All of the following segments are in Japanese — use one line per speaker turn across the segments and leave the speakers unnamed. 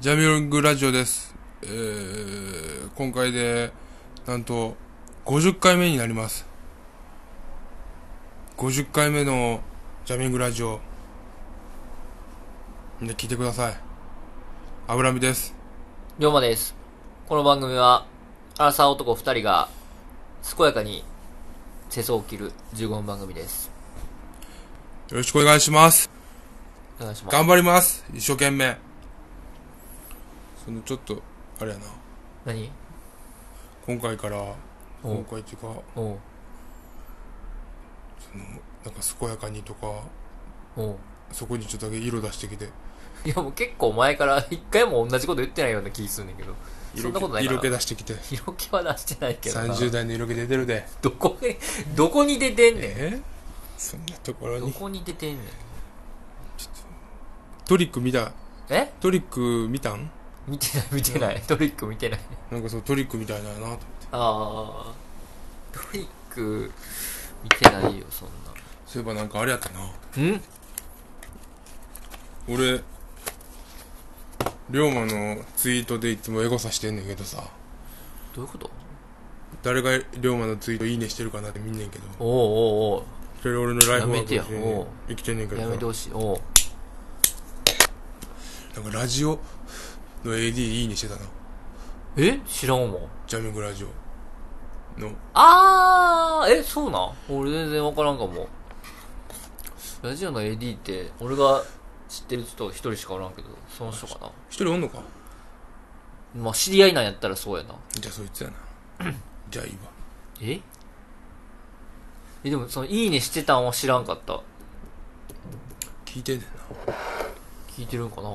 ジャミロングラジオです。えー、今回で、なんと、50回目になります。50回目のジャミロングラジオ。みんな聞いてください。油見です。
龍馬です。この番組は、アラサー男二人が、健やかに、世相を切る15分番組です。
よろしくお願いします。
お願いします。
頑張ります。一生懸命。その、ちょっと、あれやな。
何
今回から、
お
今
う
回っていうか、
おう
なんか健やかにとか、
おう
そこにちょっとだけ色出してきて。
いやもう結構前から一回も同じこと言ってないような気するんだけど。そんなことないか
色
な
気出してきて。
色気は出してないけどな。
30代の色気出てるで。
どこに、どこに出てんねん。
えそんなところ
ど
に。
こに出てんねん。
トリック見た
え
トリック見たん
見てない見てない。トリック見てない。
なんかそのトリックみたいだよなと。
あー。トリック、見てないよ、そん
そういえばなんかあれやったな。
な。ん
俺、龍馬のツイートでいつもエゴさしてんねんけどさ。
どういうこと
誰が龍馬のツイートいいねしてるかなって見んねんけど。
おうおうおう
それ俺のライフワークとし
やめてよ
て
おう
生きてんねんけど
や
さ。な
めてほしい。おうん
かラジオの AD いいねしてたな。
え知らんもん。
ジャミングラジオの。
あー、え、そうなん俺全然わからんかも。ラジオの AD って、俺が知ってる人一人しかおらんけど、その人か
一人おんのか
な。まあ、知り合いなんやったらそうやな。
じゃあそいつやな。 じゃあいいわ。
ええ、でも、その、いいねしてたんは知らんかった。
聞いてんねんな。
聞いてるんかな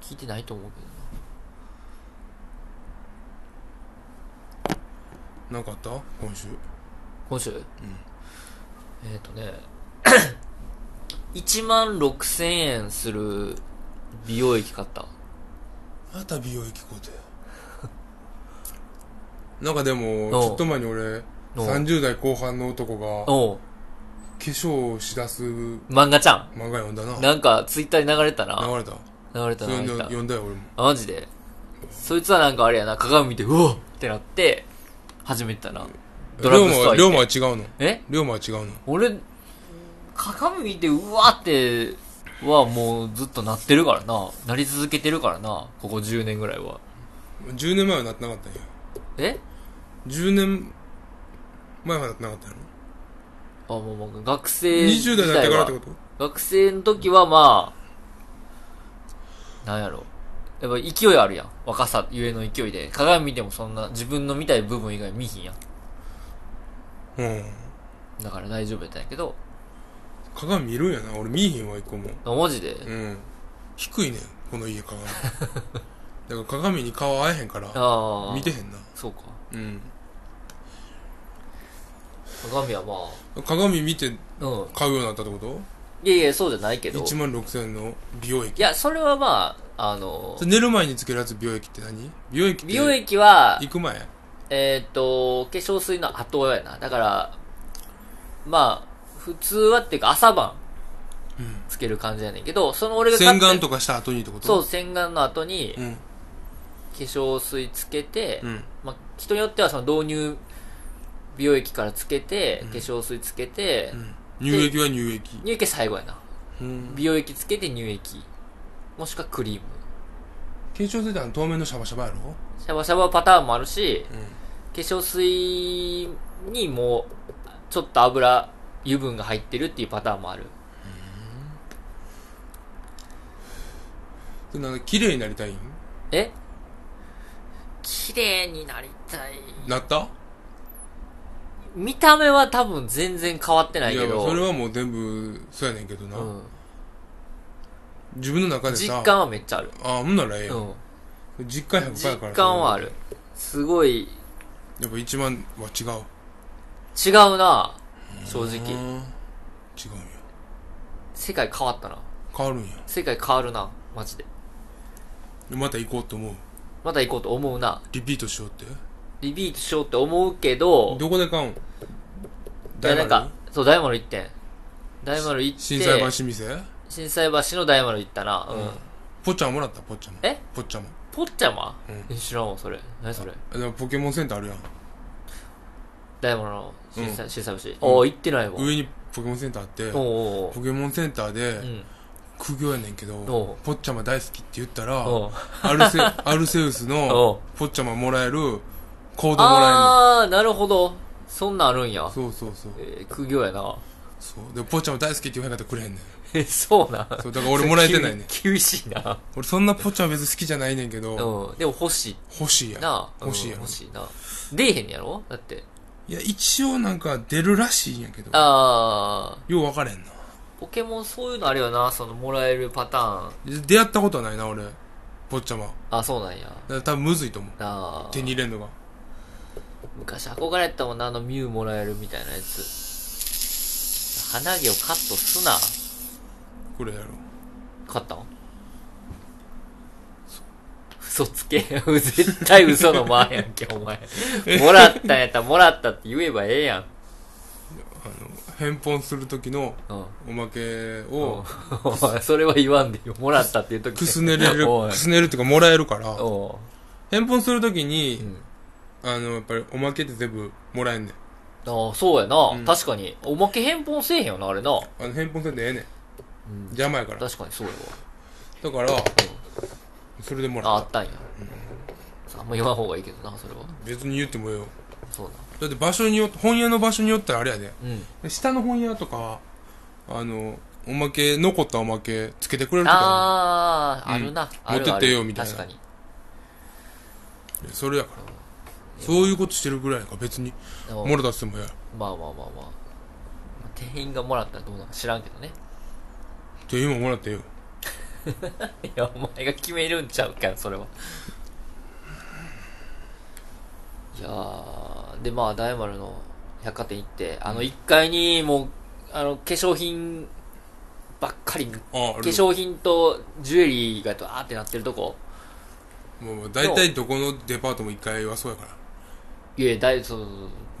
聞いてないと思うけど
な
な。
んかあった今週。
今週、えっ、ー、とね 1万6000円する美容液買った
また美容液買うて なんかでも
おう
ちょっと前に俺
おう
30代後半の男が化
おう
粧をしだす漫
漫画ちゃん
画読んだな
なんかツイッターに流れたな
流れた
流れた
それ
流れた
読んだよ俺も
あマジでそいつはなんかあれやな鏡見てうおっってなって始めてたなドラッグストア
龍
行っ
馬は龍
て
馬は違うの
え
龍馬は違うの
俺鏡見てうわってはもうずっとなってるからななり続けてるからなここ10年ぐらいは
10年前はなってなかったんや
え
10年前はなってなかったんやろ
あもうもう学生
20
時
代になって
代
から
は
ってこと
学生の時はまあ、なんやろ。やっぱ勢いあるやん。若さゆえの勢いで。鏡見てもそんな自分の見たい部分以外見ひんやん。
うん
だから大丈夫やったんやけど。
鏡見るんやな俺見えへんわ一個も
あマジで、
うん低いねんこの家 鏡だから鏡に顔合えへんから
ああ。
見てへんな
そうか。
うん
鏡はま
鏡見て
あ、うん。
買うようになったってこと
いやいや、そうじゃないけど。
1
い
万6000円の美容液
や、それはまあ、あの
そ、れ寝る前につけるやつ美容液って何美容液って
美容液は、
行く前
えーっ、と、化粧水の後やな。だから、まあ、普通はっていうか朝晩
うん、
つける感じやねんけど、その俺が買
洗
った
顔とかした後にってこと
そう、
う
洗顔の後に、
うん
化粧水つけて、
うん
まあ、人によってはその導入美容液からつけて、化粧水つけて、
うん乳液は乳液
乳液最後やな
うん
美容液つけて乳液もしくはクリーム
化粧水ってあの透明のシャバシャバやろ
シャバシャバパターンもあるし
うん
化粧水にもうちょっと油油分が入ってるっていうパターンもある
それなんか綺麗になりたいん
え綺麗になりたい
なった
見た目は多分全然変わってないけど
それはもう全部そうやねんけどな、
うん、
自分の中でさ
実感はめっちゃある
ああほんならええや、
うんん
実感100
実
やから
感はあるすごい
やっぱ1万は違う
違うな正
うん違
直
うんや
世界変わったな
変わるんや
世界変わるなマジで
でまた行こうと思う
また行こうと思うな
リピートしようって
リピートしようって思うけど
どこで買うん
いやなんかそう大丸行ってん大丸行って
震災橋店
心斎橋の大丸行ったなうん、
ぽっちゃまもらったぽっちゃま
え
ぽっちゃま
ポッチャマ、
うん
え知らんわ、それ。何それ。
あでもポケモンセンターあるやん
ダイヤモンドの審査、審査節。ああ、行ってないわ。
上にポケモンセンターあって
お
ポ
お
ケモンセンター
う
で
ん。
苦行やねんけ
お
ど
う
ぽっちゃま大好きって言ったら
おう
アル セアルセウスの
おう
ぽっちゃまもらえるコードもら
ああ、なるほど。そんなんあるんや
えん。ねんそうそうそう
えー、苦行やな。
そうでぽっちゃま大好きって言われ方くれへんねん
え、そうなん。
そうだから俺もらえてないねん
き厳しいな。
俺そんなぽっちゃま別に好きじゃないねんけ
うん。
ど
でも欲しい
欲しいやん
な。うん
欲しいやん
欲しいな。出えへんやろだって。
いや一応なんか出るらしいんやけど
ああ、
よう分かれへんな
ポケモンそういうのあるよな。その、もらえるパターン。
出会ったことはないな俺ぽっちゃまだか
あ、そうなんや。
ら多分むずいと思う
なあ。
手に入れんのが
昔憧れたもんな、あのミュウもらえるみたいなやつ。鼻毛をカットすな。
これやろ
買ったん嘘つけ。 絶対嘘のまーやんけ、お前。もらったんやったらもらったって言えばええやん。
あの返本する時の
うん。
おまけ
お
を
前、それは言わんでよ。もらったっていう時
くすねれる
おい
く。すねるっていうかもらえるから
お
返本する時に
う、うん。
あのやっぱりおまけって全部もらえんねん
ああ、そうやな。
ん
確かに。おまけ返本せえへんよな、あれな。
あの返本せんでええねん
うん
邪魔やからだ
確かにそうやわ。
からそれでも
あ、
ら
あ
っ
ったんや。あんま言わん方がいいけどな、それは。
た別に言ってもええよ
そう
だって場所によって本屋の場所によってあれやで
だ。うん。
下の本屋とかはあのおまけ残ったおまけつけてくれるとか
ああ、あ
うん
るな。
持ってってよみたいな
確かに。
それやからそういうことしてるぐらいやから別に
でも
もらったっつってもええやろ
まあまあまあまあ。店員がもらったらどうなのか知らんけどね。
じゃあ今もらってええよ
いや、お前が決めるんちゃうか、それは。いやー、でまあ、大丸の百貨店行って、あの、1階にもう、あの、化粧品ばっかり、化
ああある
粧品とジュエリーがとあーってなってるとこ。
もう大体どこのデパートも1階はそうやから
いや、だい、そう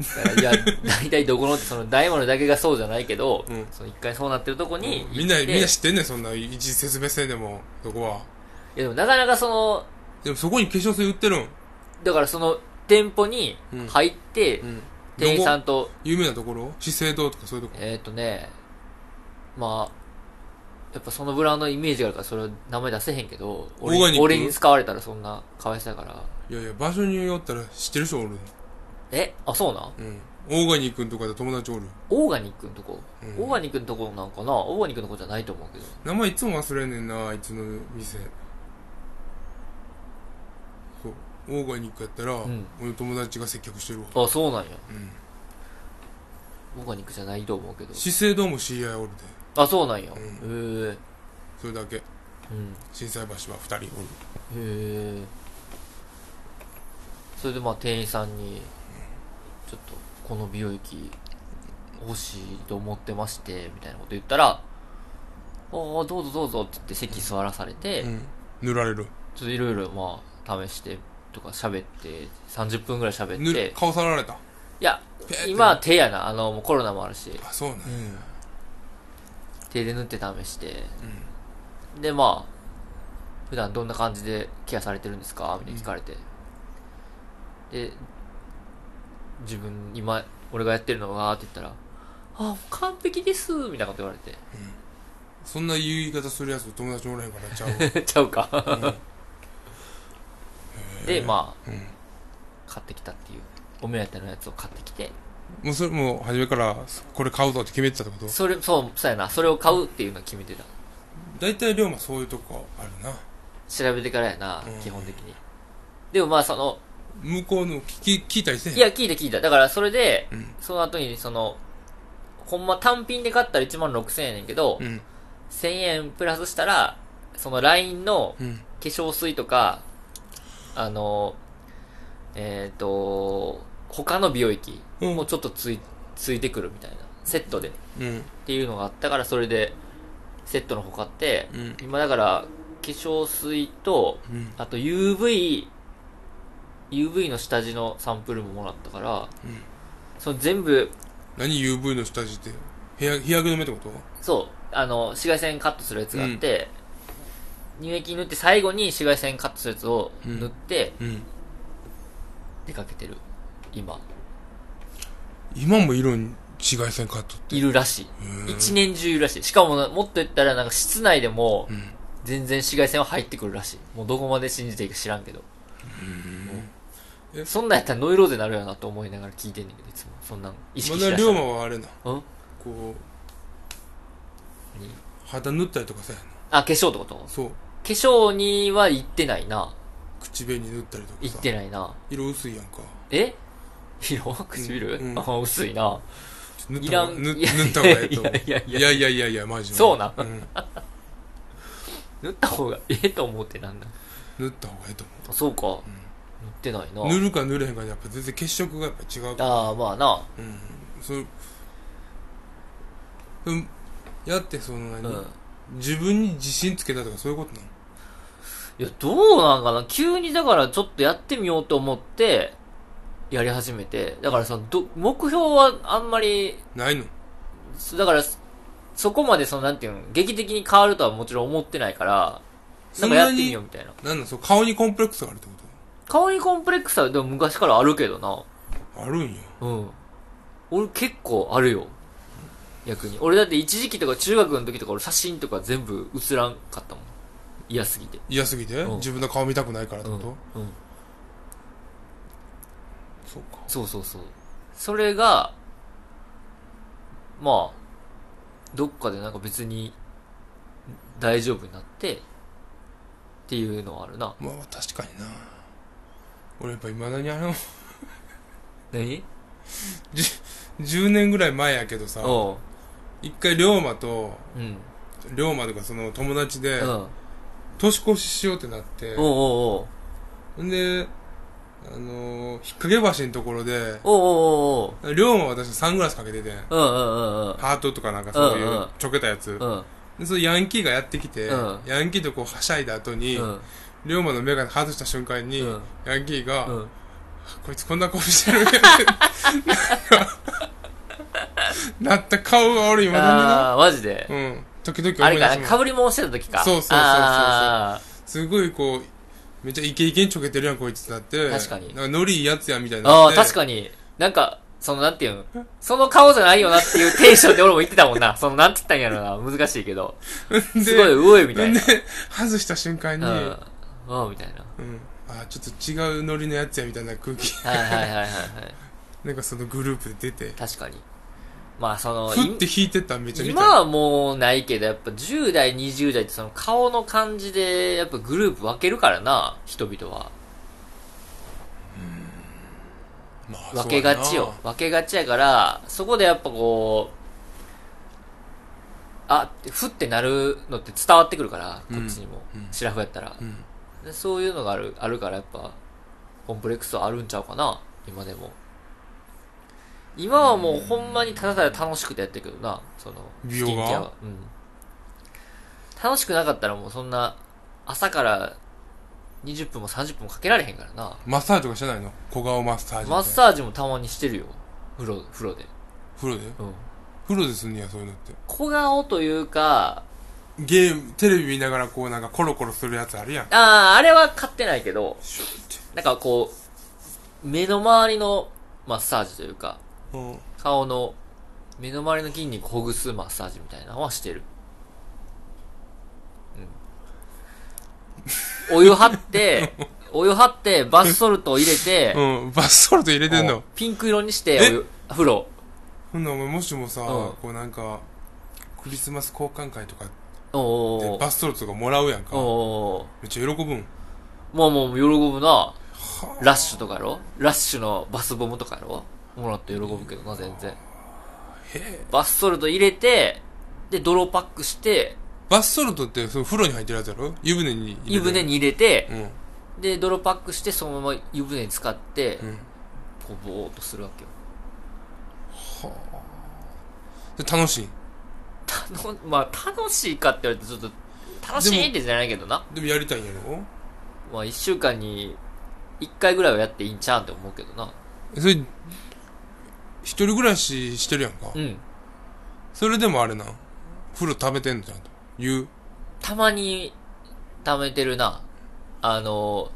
そうそう、いや、 大体どこのって、その、大丸だけがそうじゃないけど、
うん
その、一回そうなってるとこに行って、
みんなみんな知ってんねんそんな一時説明せんでもそこはい
や、でもなかなかその、
でもそこに化粧水売ってるん
だからその、店舗に
うん
入って、
うん
店員さ
どこ
んと、
有名なところ資生堂とかそういうとこ
えっ、ー、とね、まあ、やっぱそのブランドのイメージがあるから、それは名前出せへんけど、
オーガ
俺
ニッ
に
ク
俺に使われたらそんな、かわいそうやから。
いやいや場所によったら知ってる人おる
えあ、そうなん
うんオーガニックんとかで友達おる
オーガニックのとこ、
うん
オーガニックのとこなんかなオーガニックのとこじゃないと思うけど。
名前いつも忘れんねんなあいつの店そうオーガニックやったら、
ん
俺の友達が接客してるわ
あ、そうなんや。
うん
オーガニックじゃないと思うけど。
資生堂も知り合いおるで
あ、そうなんや。
うん
へえ。
それだけ
うん。
心斎橋は2人おる
へえそれでまあ店員さんに「ちょっとこの美容液欲しいと思ってまして」みたいなこと言ったら「ああどうぞどうぞ」って言って席座らされて、
うん塗られる
ちょっといろいろまあ試してとか喋って30分ぐらい喋
塗る
って
顔触られた
いや
ペーって
今は手やなあのもうコロナもあるし
あそうね
うん手で塗って試して、でまあ普段どんな感じでケアされてるんですかみたいな聞かれて、で自分今俺がやってるのはって言ったら「あ完璧です」みたいなこと言われて
そんな言い方するやつ友達おらへん からちゃう
ちゃう かでまあ、
うん
買ってきたっていうお目当てのやつを買ってきて
もうそれもう初めからこれ買うぞって決めてたってこと
それそうそうやなそれを買うっていうのは決めてた
大体龍馬そういうとこあるな
調べてからやな、
うん
基本的にでもまあその
向こうの聞き聞いたりせえへん
いや、聞いた聞いた。だから、それで、
うん
その後に、その、ほんま単品で買ったら1万6000円やねんけど、
うん
1000円プラスしたら、その LINE の
うん
化粧水とか、あの、えっ、と、他の美容液
うん
もちょっとつい、ついてくるみたいな。セットで。っ
うん
ていうのがあったから、それで、セットのほかって、
うん
今だから、化粧水と、
うん
あと UV、UV の下地のサンプルももらったか
う
ら、
ん
その全部、
何 UV の下地って部屋日焼け止めってこと
そう、あの、紫外線カットするやつがあって、乳液塗って最後に紫外線カットするやつを塗って
うん。
出かけてる、今
今もいるん、紫外線カットって。
いるらしい
へー
一年中いるらしいしかもなもっと言ったらなんか室内でも
うん。
全然紫外線は入ってくるらしいもうどこまで信じていいか知らんけど
うんえ
そんなんやったらノイローゼになるよなと思いながら聞いてんねんけどいつもそんなん意識
ま
して
だ
らっし
龍
ゃ
馬
る
はあれな、
うん
こ
何
う、肌塗ったりとかさやな。
あ化粧ってこと化
そう。
粧には行ってないな
口紅塗ったりとかさ。
行ってないな
色薄いやんか。
え 色唇、
うん
あ薄いな
塗った方が
いらん
塗
いや
塗った方がええと思う。
いやいやい
いやいやいやいや、マジで。
そうなん
ん
塗った方がええと思ってなんだ
塗った方がええと
あそうか、塗ってない
思う。
な
塗るか塗れへんかでやっぱ全然血色がやっぱ違うから。
ああまあな
うん。そう。うん。やってその
うん
何、自分に自信つけたとかそういうことなの
いやどうなんかな急にだからちょっとやってみようと思ってやり始めてだからそのど目標はあんまり
ないの
そだからそそこまでそのなんていうの劇的に変わるとはもちろん思ってないからな
そ
ん
ん
かやっ
な
てみよ
に
う、みたいな
なんなんそう、顔にコンプレックスがあるってこ
顔にコンプレックスはでも昔からあるけどな
とあるんよ。
うん。俺結構あるよ。逆に。俺だって一時期とか中学の時とか俺写真とか全部写らんかったもん。嫌すぎて。
嫌すぎて、
うん
自分の顔見たくないからって
うん。
こ
う
と、
ん。
そうか。
そうそうそう。それが、まあ、どっかでなんか別に大丈夫になって、っていうのはあるな。
まあ確かにな。俺やっぱ未だにあの、
何
10年ぐらい前やけどさ、
おう。
一回龍馬と、
うん。
龍馬とかその友達で
う、ん。
年越ししようってなって、
おうおうおうん
で、あのー、引っ掛け橋のところで、
おうおうおうおう
龍馬は私サングラスかけてて、
うんうんうんうん。
ハートとかなんかそうい
うん
う
う
んちょけたやつ
う。ん。
で、そのヤンキーがやってきて、
うん
ヤンキーとこうはしゃいだ後に、
うん。
龍馬の目が外した瞬間に、
うん
ヤンキーが、
うん。
こいつこんな顔してるやん なった顔が俺今だ
ああ、マジで
に。な。うん。時々思
あれ
い出
か
す
な、
もん
かぶり物してた時か。
そうそうそうそうそう
あ
すごいこう、めっちゃイケイケにちょけてるやん、こいつだって。
確かに
なんかノリいいやつやんみたいに
ー
なって。
あー、確かに。なんか、その、なんていうのその顔じゃないよなっていうテンションで俺も言ってたもん な。その、なんて言ったんやろな。難しいけど。
です
ごい、うおい、みたい
で
な。、
外した瞬間
う
に、
ん。
うん。
うん、みたいな。
あ、ちょっと違うノリのやつやみたいな空気。
はいはいはいはい。はい
なんかそのグループで出て。
確かに。まあ、その、
ふって引いてったんめっちゃ
い
見
今
た。
はもうないけど、やっぱ10代、20代ってその顔の感じで、やっぱグループ分けるからな、人々は。
まあ
分けがちよ。。分けがちやから、そこでやっぱこう、あ、ふってなるのって伝わってくるから、こ
うん
っちにも。
うん
シラフやったら
そう、やな
で。そういうのがある、あるからやっぱ、コンプレックスはあるんちゃうかな、今でも。今はもうほんまにただただ楽しくてやってるけどな、その、
美
ス
容
キ
が
ンケアは。うん。楽しくなかったらもうそんな、朝から20分も30分もかけられへんからな。
うん。マッサージとかしてないの小顔マッサージみたいな。
マッサージもたまにしてるよ。風呂、風呂で。
風呂で
うん。
風呂ですんねや、そういうのって。
小顔というか、
ゲーム、テレビ見ながらこうなんかコロコロするやつあるやん。
ああ、あれは買ってないけど、
シューっ
なんかこう、目の周りのマッサージというか、
て。うん。
顔の、目の周りの筋肉ほぐすマッサージみたいなのはしてる。うん。お湯張って、 お湯張って、バスソルトを入れて、
うん、バスソルト入れてんの
こ。うピンク色にして、
え
お湯風呂。
ほんならお前もしもさ、
うん
こうなんか、クリスマス交換会とか
お
で
ー
バスソルトとかもらうやんか。
おー
めっちゃ喜ぶん。
まあもう喜ぶな。
は
ラッシュとかやろラッシュのバスボムとかやろもらって喜ぶけどな、全然。バスソルト入れて、で、泥パックして、
バスソルトってその風呂に入ってるやつやろ湯船に入れてる
湯船。に入れて、
うん。
で、泥パックして、そのまま湯船に使って
う、ん。
こう、ぼーっとするわけよ。
で楽しい。
たの、まあ、楽しいかって言われて、ちょっと、楽しいってじゃないけどな。
でもやりたいんやろ
まあ、一週間に、一回ぐらいはやっていいんちゃうんって思うけどな。
それ、一人暮らししてるやんか。
うん。
それでもあれな。風呂食べてんのちゃんと。湯。
たまに、溜めてるな。あの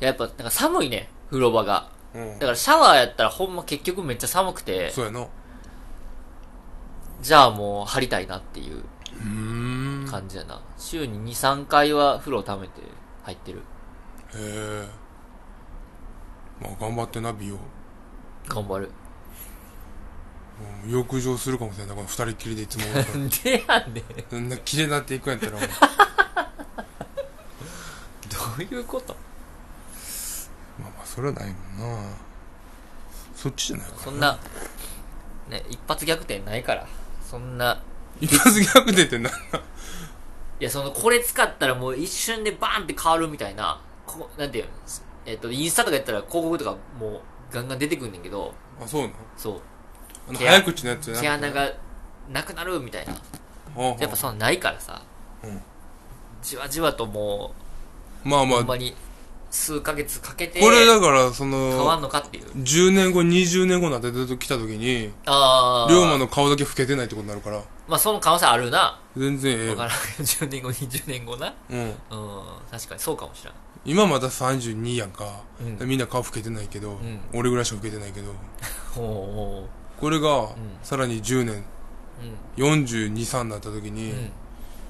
ー、やっぱ、なんか寒いね、風呂場が。
うん
だからシャワーやったらほんま結局めっちゃ寒くて、
そうやなう
じゃあもう張りたいなっていう
ーんへ
感じやな。週に2、3回は風呂溜めて入ってる。
えまあ頑張ってな美容
頑張る。
うん浴場するかもしれないなこの二人っきりでいつも俺ら
でやねん。ど
そんな綺麗になっていくんやったらもう
ういうこと
まあまあそれはないもんなそっちじゃないか
そんな、ね、一発逆転ないから。そんな、
一発逆転ってな
いや、その、これ使ったらもう一瞬でバーンって変わるみたいな、こなんていうのえっ、と、インスタとかやったら広告とかもうガンガン出てくんねんけど、
あそうなの
そう、
あの
毛穴
早口のやつじゃなく
毛
て
穴がなくなるみたいな。
ほうほう
やっぱそんなないからさ、
うん
じわじわとも
まあ
う、
ま
ほ
あ
んまに数ヶ月かけて、
これだからそ
変わん
の
のかっていう。
10年後20年後になって出てきた時に
ああ。
龍馬の顔だけ老けてないってことになるから
まあ、その可能性あるな。
全然ええ
わ
よ
からん けど。10年後、20年後な。
うん、
うん、確かにそうかもしれん。
今まだ32やんか、
うん
みんな顔老けてないけど、
ん
俺ぐらいしか老けてないけど
おうおう
これが
ん
さらに10年
う
423になった時に、
ん。うん。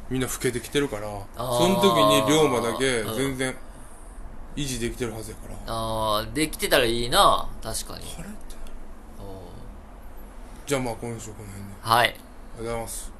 みんな老けてきてるから
あー
その時に龍馬だけ
うん
全然維持できてるはずやから、
ああ、できてたらいいな。確かに。
あれって
おう
じゃあまあ今週この辺であり
はい。
がとうございます